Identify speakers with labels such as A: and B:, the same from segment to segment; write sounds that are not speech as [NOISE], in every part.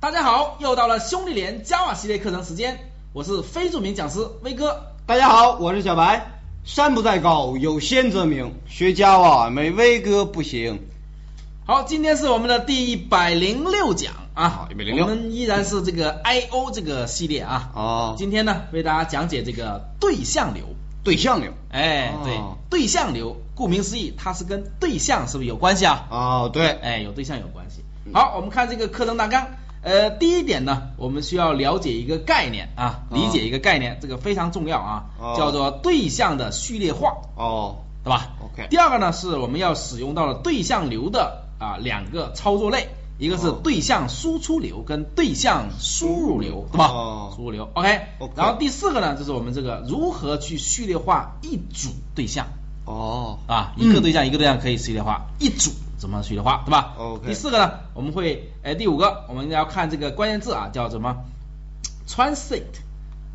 A: 大家好，又到了兄弟连 Java 系列课程时间，我是非著名讲师威哥。
B: 大家好，我是小白。山不在高，有仙则名。学家啊，没威哥不行。
A: 好，今天是我们的第一百零六讲啊
B: 好，106
A: 我们依然是这个 I O 这个系列啊。
B: 哦，
A: 今天呢，为大家讲解这个对象流。
B: 对象流。
A: 哎，对
B: 哦，
A: 对象流，顾名思义，它是跟对象是不是有关系啊？
B: 哦，对，
A: 哎，有对象有关系。好，我们看这个课程大纲。呃，第一点呢，我们需要了解一个概念啊，
B: 哦
A: 理解一个概念，这个非常重要啊，
B: 哦
A: 叫做对象的序列化，
B: 哦
A: 对吧
B: ，OK，
A: 第二个呢，是我们要使用到了对象流的啊两个操作类，一个是
B: 哦
A: 对象输出流跟对象输入流，对吧？
B: 哦
A: 输入流，OK。
B: OK
A: 然后第四个呢，就是我们这个如何去序列化一组对象。
B: 哦，
A: 啊，
B: 嗯
A: 一个对象一个对象可以序列化，一组怎么序列化，对吧
B: OK
A: 第四个呢，我们会，哎，第五个我们要看这个关键字啊，叫什么？transit，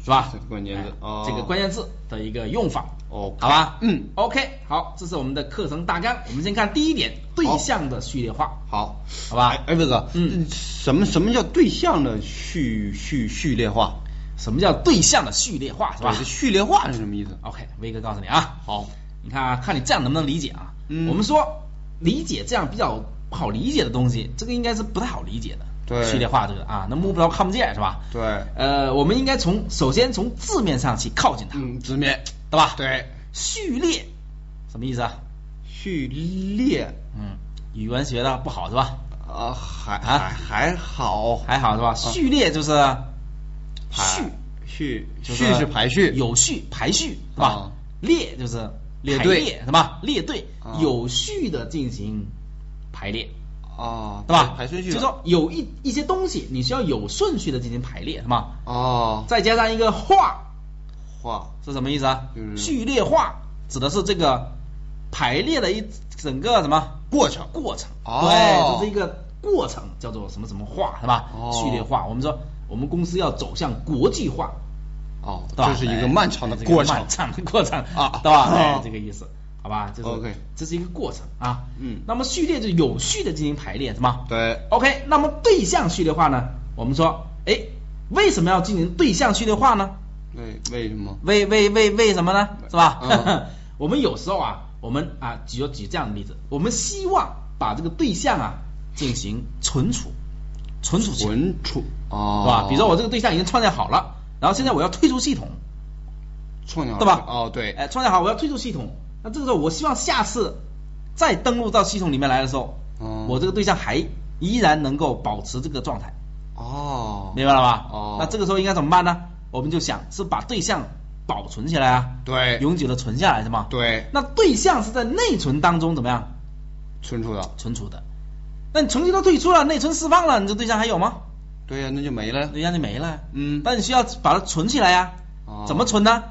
A: 是吧？
B: 关键字
A: 哎
B: 哦
A: 这个关键字的一个用法，
B: 哦，
A: 好吧？
B: 嗯，
A: OK，好，这是我们的课程大纲。我们先看第一点，对象的序列化，
B: 好，
A: 好吧
B: 哎，哎威哥，
A: 嗯，
B: 什么什么叫对象的序序序列化？
A: 什么叫对象的序列化，是吧
B: 对这序列化是什么意思？
A: ？OK，威哥告诉你啊，
B: 好，
A: 你看啊，看你这样能不能理解啊？
B: 嗯
A: 我们说理解这样比较不好理解的东西，这个应该是不太好理解的。
B: 对
A: 序列化这个啊，那摸不着看不见是吧？
B: 对，
A: 呃，我们应该从首先从字面上去靠近它，
B: 嗯，直面，
A: 对吧？，
B: 对，
A: 序列什么意思啊？
B: 序列
A: 嗯，语文学的不好是吧？
B: 啊，还
A: 啊
B: 还还好，
A: 还好是吧？
B: 哦
A: 序列就是序，
B: 序
A: 就
B: 序是排序，
A: 有序排序是吧？
B: 啊
A: 列就是
B: 列
A: 排
B: 队
A: 列是吧？列队、
B: 啊
A: 有序的进行排列。
B: 哦，
A: 对吧？
B: 排顺序吧，
A: 就说有一一些东西，你需要有顺序的进行排列，是吧？
B: 哦，
A: 再加上一个化
B: 画
A: 是什么意思啊？
B: 就是
A: 序列化指的是这个排列的一整个什么
B: 过程
A: 过程？
B: 哦
A: 对，这是一个过程，叫做什么什么化，是吧？
B: 哦
A: 序列化，我们说我们公司要走向国际化，
B: 哦，
A: 对吧？
B: 这是一个漫长的
A: 哎
B: 过
A: 这是一个
B: 程
A: 漫长的过程
B: 啊 [LAUGHS]
A: 对吧？
B: 哦
A: 哎，这个意思，好吧？这是
B: OK
A: 这是一个过程啊。
B: 嗯
A: 那么序列就有序的进行排列，是吗？
B: 对，
A: OK，那么对象序列化呢？我们说，哎，为什么要进行对象序列化呢？
B: 为为什么？
A: 为为为为什么呢？是吧？
B: 嗯
A: [LAUGHS] 我们有时候啊，我们啊举举这样的例子，我们希望把这个对象啊进行存储，存储起来，
B: 存储哦，
A: 是吧？比如说我这个对象已经创建好了，然后现在我要退出系统，
B: 创建好
A: 对吧？
B: 哦，对，
A: 哎，创建好我要退出系统，那这个时候我希望下次再登录到系统里面来的时候，
B: 哦
A: 我这个对象还依然能够保持这个状态。
B: 哦，
A: 明白了吧？
B: 哦
A: 那这个时候应该怎么办呢？我们就想是把对象保存起来啊，
B: 对
A: 永久的存下来是吗？。
B: 对，
A: 那对象是在内存当中怎么样
B: 存储的，
A: 存储的？那你存储都退出了，内存释放了，你这对象还有吗？
B: 对呀，那就没了，
A: 对象就没了。
B: 嗯
A: 但你需要把它存起来呀、
B: 哦
A: 怎么存呢？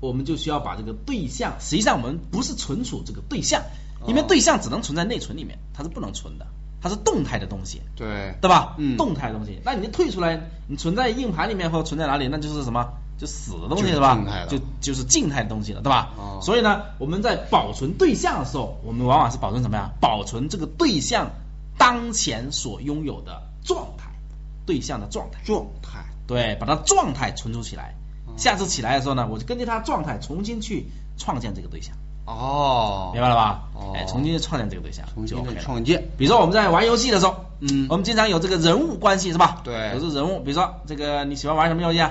A: 我们就需要把这个对象，实际上我们不是存储这个对象，因为
B: 哦
A: 对象只能存在内存里面，它是不能存的，它是动态的东西。
B: 对
A: 对吧？
B: 嗯
A: 动态的东西，那你就退出来，你存在硬盘里面或者存在哪里，那就是什么？就死的东西
B: 就是
A: 是吧
B: 静态？的
A: 就就是静态的东西了，对吧？
B: 哦
A: 所以呢，我们在保存对象的时候，我们往往是保存什么呀？保存这个对象当前所拥有的状态，对象的状态，
B: 状态
A: 对，把它状态存储起来。
B: 哦
A: 下次起来的时候呢，我就根据它状态重新去创建这个对象，
B: 哦，
A: 明白了吧？
B: 哦
A: 哎，重新去创建这个对象，
B: 重
A: 就
B: 新
A: OK
B: 的
A: 了
B: 创建，
A: 比如说我们在玩游戏的时候，
B: 嗯
A: 我们经常有这个人物关系是吧？
B: 对
A: 有这人物，比如说这个你喜欢玩什么游戏啊？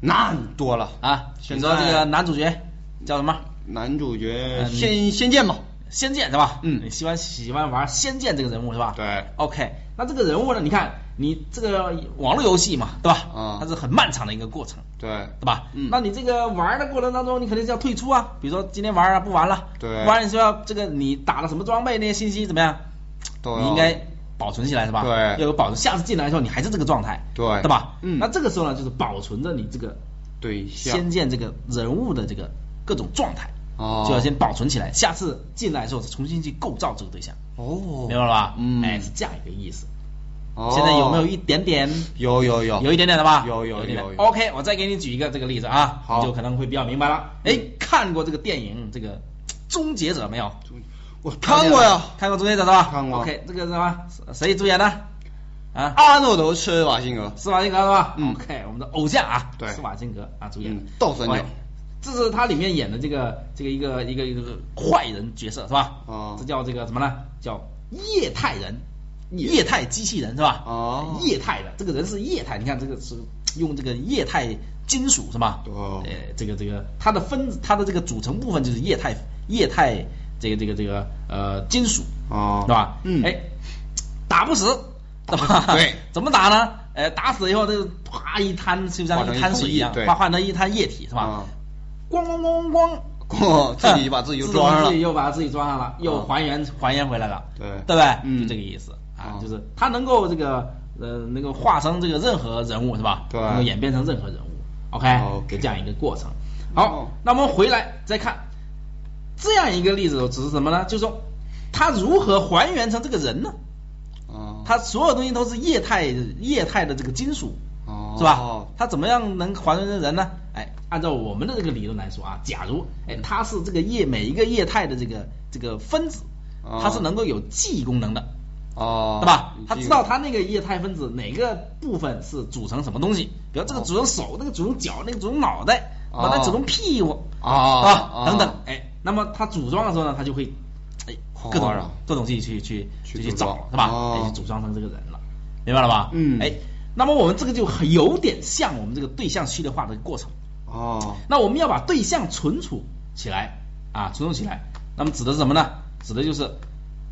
B: 那你多了
A: 啊，比
B: 现
A: 如
B: 在
A: 说这个男主角叫什么？
B: 男主角
A: 嗯
B: 仙仙剑嘛，
A: 仙剑是吧？
B: 嗯
A: 你喜欢喜欢玩仙剑这个人物是吧？
B: 对
A: OK，那这个人物呢？你看你这个网络游戏嘛，对吧？
B: 嗯
A: 它是很漫长的一个过程，
B: 对
A: 对吧？
B: 嗯
A: 那你这个玩的过程当中，你肯定是要退出啊。比如说今天玩啊，不玩了，
B: 对
A: 不玩你说要这个你打了什么装备那些信息怎么样？
B: 都
A: 你
B: 要
A: 应该保存起来是吧？
B: 对
A: 要有保存。下次进来的时候你还是这个状态，
B: 对
A: 对吧？
B: 嗯
A: 那这个时候呢，就是保存着你这个
B: 对
A: 仙
B: 象
A: 剑这个人物的这个各种状态，
B: 哦，
A: 就要先保存起来。下次进来的时候重新去构造这个对象，
B: 哦，
A: 明白了吧？
B: 嗯，
A: 哎，是这样一个意思。
B: 哦
A: 现在有没有一点点？
B: 有有有
A: 有一点点的吧？
B: 有
A: 有
B: 有
A: 一点点
B: 有有
A: OK，我再给你举一个这个例子啊，
B: 好嗯
A: 你就可能会比较明白了。哎，看过这个电影这个《终结者》没有？
B: 我看过呀，
A: 看过《终结者》是吧？
B: 看过
A: OK，这个是什么？谁主演的？啊，
B: 阿诺德·施瓦辛格，
A: 施瓦辛格是吧？
B: 嗯
A: o k 我们的偶像啊，
B: 对
A: 施瓦辛格啊主演的
B: 嗯斗神
A: 喂
B: 有
A: 这是他里面演的这个这个一个一个一个坏人角色是吧？
B: 哦
A: 这叫这个什么呢？叫液态人，液态机器人是吧？
B: 哦
A: 液态的这个人是液态，你看这个是用这个液态金属是吧？
B: 哦
A: 呃，这个这个它的分子它的这个组成部分就是液态液态这个这个这个呃金属
B: 哦
A: 是吧？
B: 嗯
A: 哎，打不死，对吧？
B: 对，
A: [LAUGHS] 怎么打呢？呃，打死以后，这个啪一滩，就像
B: 化成
A: 一
B: 一
A: 滩
B: 桶
A: 水
B: 一
A: 一样，
B: 对
A: 化换成一滩液体是吧？
B: 啊
A: 咣咣咣咣，
B: 过哦自己把自己就装上
A: 自己
B: 了，
A: 又把自己装上了，又
B: 啊
A: 还原还原回来了，
B: 对
A: 对不对？
B: 嗯
A: 就这个意思啊
B: 啊，
A: 就是他能够这个呃能够化成这个任何人物是吧？
B: 对
A: 能够演变成任何人物，OK，
B: OK
A: 就这样一个过程。
B: 哦
A: 好，那我们回来再看这样一个例子，只是什么呢？就是说他如何还原成这个人呢？
B: 啊
A: 它所有东西都是液态液态的这个金属，
B: 哦
A: 是吧？它怎么样能还原成人呢？哎，按照我们的这个理论来说啊，假如
B: 嗯
A: 哎它是这个液每一个液态的这个这个分子，
B: 哦
A: 它是能够有记忆功能的，
B: 哦，
A: 对吧？
B: 你
A: 它
B: 记
A: 知
B: 住
A: 道它那个液态分子哪个部分是组成什么东西，比如这个
B: 哦
A: 组成手，那个组成脚，那个组成脑袋，
B: 哦
A: 把它组成屁股，
B: 哦
A: 是吧？
B: 哦
A: 等等，哎，那么它组装的时候呢，它就会哎
B: 好
A: 各种
B: 玩啊
A: 各种去去去
B: 去
A: 就去
B: 组
A: 找
B: 装，
A: 是吧？
B: 哦
A: 哎，去组装成这个人了，明白了吧？
B: 嗯
A: 哎，那么我们这个就很有点像我们这个对象序列化的过程。
B: 哦
A: 那我们要把对象存储起来啊，存储起来。那么指的是什么呢？指的就是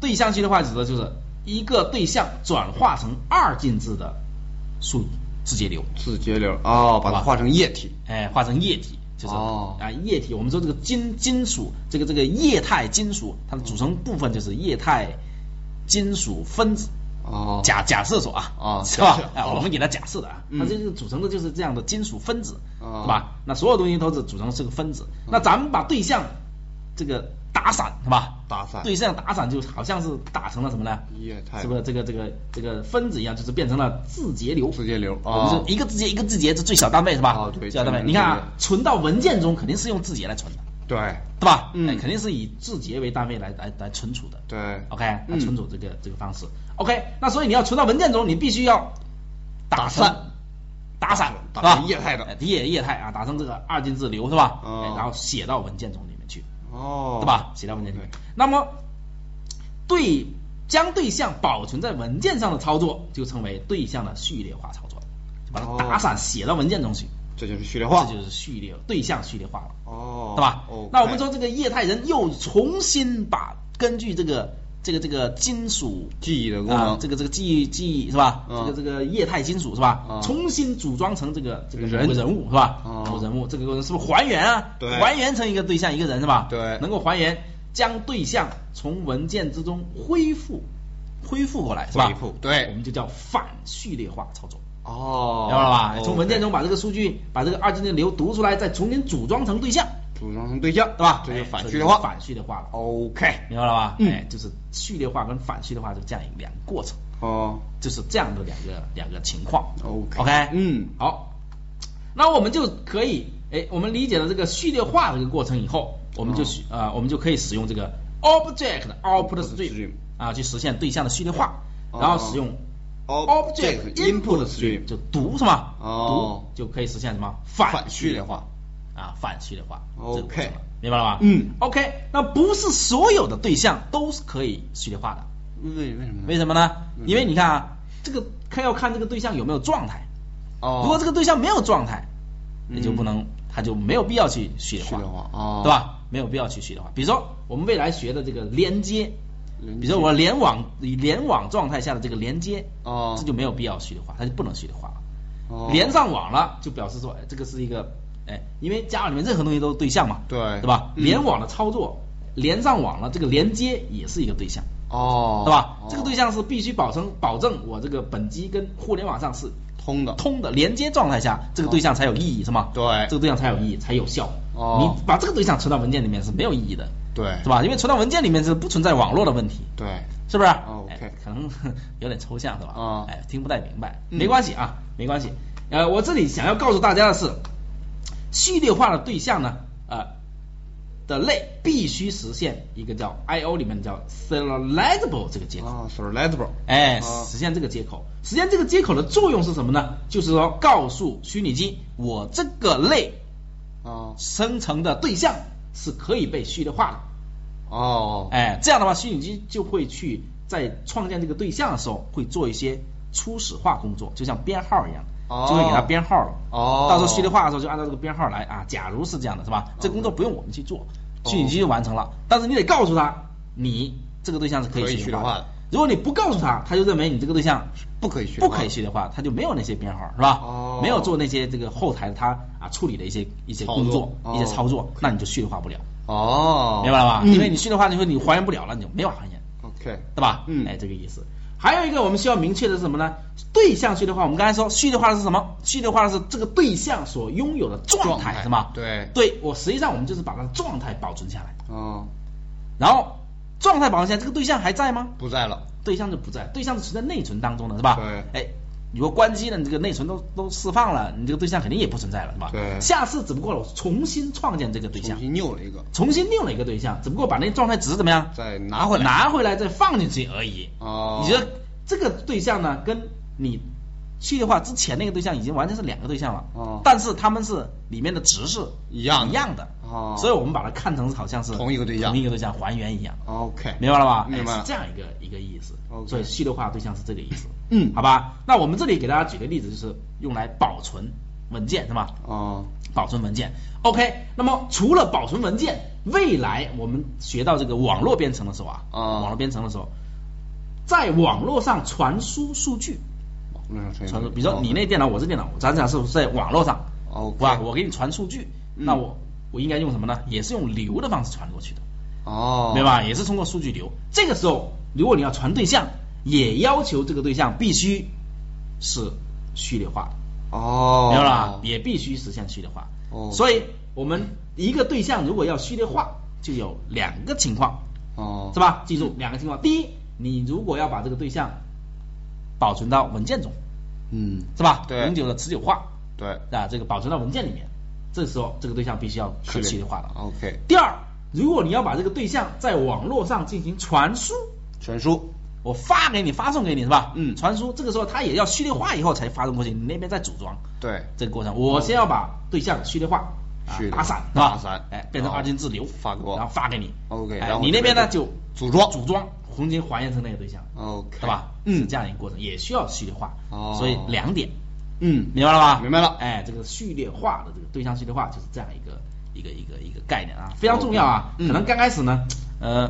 A: 对象序列化，指的就是一个对象转化成二进制的数字节流，
B: 自节流哦，
A: 好
B: 把
A: 吧
B: 它化成液体
A: 哎，化成液体，就是、
B: 哦
A: 啊液体。我们说这个金金属，这个这个液态金属，它的组成部分就是液态金属分子。
B: 哦，
A: [LAUGHS] 假假设说啊，
B: 哦
A: 是吧
B: 假设？
A: 哎，
B: 好吧
A: 我们给它假设的啊，
B: 嗯
A: 它这个组成的就是这样的金属分子，
B: 哦
A: 是吧？那所有东西都是组成这个分
B: 啊
A: 子。那咱们把对象这个打散，是吧？
B: 打散
A: 对象打散就好像是打成了什么呢？
B: 液态
A: 是不是这个这个这个分子一样，就是变成了字节流？
B: 自节流
A: 我们
B: 哦
A: 是一个字节一个字节，这最小单位是吧？
B: 哦
A: 最
B: 对
A: 小单位。
B: 这个
A: 你看
B: 这
A: 啊
B: 个，
A: 存到文件中肯定是用字节来存的，
B: 对
A: 对吧？
B: 嗯
A: 哎肯定是以字节为单位来来来存储的。
B: 对
A: OK，那
B: 嗯
A: 存储这个、这个方式。OK，那所以你要存到文件中，你必须要打散，打散，
B: 打
A: 是吧
B: 成液态的
A: 哎液液态啊，打成这个二进制流是吧？
B: 哦
A: 哎然后写到文件中里面去，
B: 哦，
A: 对吧？写到文件里面
B: 对。
A: 那么对将对象保存在文件上的操作，就称为对象的序列化操作，就把它
B: 哦
A: 打散写到文件中去，
B: 这就是序列化
A: 这就是序列对象序列化了。
B: 哦，
A: 对吧
B: OK
A: 那我们说这个液态人又重新把根据这个这个这个金属
B: 记忆的功
A: 啊
B: 能，
A: 这个这个记忆记忆是吧？
B: 嗯
A: 这个这个液态金属是吧？
B: 嗯
A: 重新组装成这个这个
B: 人
A: 人人物是吧？
B: 哦
A: 人物人物这个过程是不是还原啊？
B: 对
A: 还原成一个对象一个人是吧？
B: 对
A: 能够还原将对象从文件之中恢复恢复过来是吧？
B: 恢复对
A: 我们就叫反序列化操作。
B: 哦，
A: 明白了吧？
B: OK
A: 从文件中把这个数据，把这个二进制流读出来，再重新组装成对象，
B: 组装成对象，
A: 对吧？
B: 这就
A: 哎
B: 反
A: 这
B: 序列化。
A: 反序列化了，
B: OK，
A: 明白了吧？
B: 嗯
A: 哎，就是序列化跟反序列化就这样一个两个过程，
B: 哦，
A: 就是这样的两个两个情况。
B: OK
A: OK，
B: 嗯
A: 好，那我们就可以，哎，我们理解了这个序列化这个过程以后，我们就
B: 哦
A: 使、呃，我们就可以使用这个 object output
B: Output stream
A: stream 啊，去实现对象的序列化，
B: 哦
A: 然后使用
B: Object input stream
A: 就读是吗？
B: 哦
A: 读就可以实现什么
B: 反序列化，
A: 啊，反序列化。
B: OK
A: 这个过程了明白了吧？
B: 嗯
A: ，OK，那不是所有的对象都是可以序列化的，
B: 为为什么呢？
A: 为什么呢？
B: 嗯
A: 因为你看啊，这个看要看这个对象有没有状态，
B: 哦，
A: 如果这个对象没有状态，
B: 嗯
A: 也就不能，它就没有必要去序列
B: 序
A: 化，
B: 列化哦
A: 对吧？没有必要去序列化。比如说我们未来学的这个连接，
B: 连接
A: 比如说我联网以联网状态下的这个连接，
B: 哦
A: 这就没有必要序列化，它就不能序列化了。
B: 哦
A: 连上网了，就表示说，哎，这个是一个，哎，因为 Java 里面任何东西都是对象嘛，
B: 对
A: 对吧？
B: 嗯
A: 联网的操作，连上网了，这个连接也是一个对象。
B: 哦，
A: 对吧？
B: 哦
A: 这个对象是必须保证保证我这个本机跟互联网上是
B: 通的
A: 通的连接状态下，这
B: 哦
A: 个对象才有意义，是吗？
B: 对
A: 这个对象才有意义，才有效。
B: 哦
A: 你把这个对象存到文件里面是没有意义的，
B: 对
A: 是吧？因为存到文件里面是不存在网络的问题，
B: 对
A: 是不是
B: 哦 OK
A: 哎可能 [LAUGHS] 有点抽象是吧？
B: 啊
A: 哎，听不太明白，
B: 嗯
A: 没关系啊，没关系。呃，我这里想要告诉大家的是，序列化的对象呢，呃，的类必须实现一个叫 I/O 里面叫 serializable 这个接口。
B: 啊 s e r l i z a b l e
A: 哎，
B: 啊
A: 实现这个接口，实现这个接口的作用是什么呢？就是说告诉虚拟机，我这个类
B: 啊
A: 生成的对象是可以被序列化的。
B: 哦
A: 哎，这样的话，虚拟机就会去在创建这个对象的时候，会做一些初始化工作，就像编号一样，
B: 哦
A: 就会给它编号了。
B: 哦
A: 到时候序列化的时候就按照这个编号来啊。假如是这样的，是吧？这工作不用我们去做，
B: 哦
A: 虚拟机就完成了。但是你得告诉他，你这个对象是可
B: 可以
A: 以
B: 序
A: 序
B: 列
A: 列
B: 化
A: 化
B: 的
A: 的。如果你不告诉他，他就认为你这个对象
B: 不可以序列
A: 不
B: 化
A: 可以序列化，他就没有那些编号，是吧？
B: 哦
A: 没有做那些这个后台他啊处理的一些一些工作、
B: 操作哦
A: 一些操作，那你就序列化不了。
B: 哦，
A: 明白了吧？
B: 嗯
A: 因为你去的话，你说你还原不了了，你就没法还原，
B: OK
A: 对吧？
B: 嗯
A: 哎，这个意思。还有一个我们需要明确的是什么呢？对象序列化，我们刚才说序列化的是什么？序列化的是这个对象所拥有的状
B: 状态
A: 态，是吗？
B: 对
A: 对我实际上我们就是把它的状态保存下来，
B: 哦，
A: 然后状态保存下来，这个对象还在吗？
B: 不在了
A: 对象就不在，对象是存在内存当中的，是吧？
B: 对。
A: 哎，如果关机了，你这个内存都都释放了，你这个对象肯定也不存在了，是吧？
B: 对
A: 下次只不过我重新创建这个对象
B: 重，新拗了一个
A: 重新定了一个对象，只不过把那状态值怎么样？
B: 再拿回来
A: 拿回来再放进去而已。
B: 哦，
A: 你觉得这个对象呢，跟你去的话之前那个对象已经完全是两个对象了，
B: 哦
A: 但是他们是里面的值是
B: 一样的
A: 一样的，
B: 哦
A: 所以我们把它看成好像是
B: 同一个对象
A: 同一个对象还原一样，
B: OK
A: 明白了吧？
B: 明白
A: 哎
B: 了
A: 是这样一个一个意思
B: OK
A: 所以序列化对象是这个意思，
B: 嗯
A: 好吧？那我们这里给大家举个例子，就是用来保存文件是吧？
B: 哦
A: 保存文件。OK，那么除了保存文件，未来我们学到这个网络编程的时候啊，
B: 啊
A: 网络编程的时候，在网络上传输数据，
B: 那哦上传
A: 传输，比如说你那电脑，我这电脑，咱俩是在网络上，
B: OK
A: 哇，我给你传数据，
B: 嗯
A: 那我我应该用什么呢？也是用流的方式传过去的，
B: 哦
A: 对？吧？也是通过数据流。这个时候，如果你要传对象，也要求这个对象必须是序列化的。
B: 哦，
A: 明白吧？也必须实现序列化。
B: 哦
A: 所以我们一个对象如果要序列化，就有两个情况，
B: 哦
A: 是吧？记住两个情况。第一，你如果要把这个对象保存到文件中，
B: 嗯
A: 是吧？
B: 对
A: 永久的持久化
B: 对
A: 啊，这个保存到文件里面，这时候这个对象必须要可序列化的。
B: OK
A: 第二，如果你要把这个对象在网络上进行传输，
B: 全书
A: 我发给你，发送给你是吧？
B: 嗯
A: 传输这个时候它也要序列化以后才发送过去，你那边再组装。
B: 对
A: 这个过程，我先要把对象序列化，啊
B: 序列
A: 打散是
B: 打
A: 吧？
B: 散
A: 哎，变成
B: 哦
A: 二进制流
B: 发给我
A: 然后发给你。
B: OK，
A: 哎
B: 然后
A: 你那边呢就
B: 组装
A: 组装，重新还原成那个对象，
B: OK
A: 是吧？
B: 嗯
A: 是这样一个过程，也需要序列化。
B: 哦
A: 所以两点，
B: 嗯
A: 明白了吧？
B: 明白了
A: 哎，这个序列化的这个对象序列化就是这样一个一个一个一个概念啊，非常重要啊。
B: OK，嗯
A: 可能刚开始呢，呃，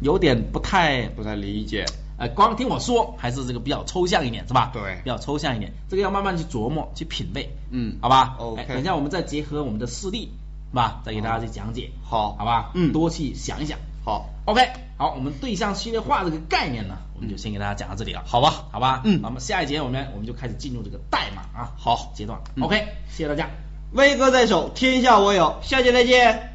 A: 有点不太
B: 不太理解
A: 呃，光听我说还是这个比较抽象一点，是吧？
B: 对
A: 比较抽象一点，这个要慢慢去琢磨、去品味，
B: 嗯
A: 好吧
B: OK
A: 哎等一下我们再结合我们的事例，是吧？再给大家去讲解，
B: 好
A: 好吧？
B: 嗯
A: 多去想一想。
B: 好
A: OK，好，我们对象序列化这个概念呢，我们就先给大家讲到这里了，
B: 好吧
A: 好吧？
B: 嗯
A: 那么下一节我们我们就开始进入这个代码啊
B: 好
A: 阶段。
B: 嗯
A: OK，谢谢大家。
B: 威哥在手，天下我有，下期再见。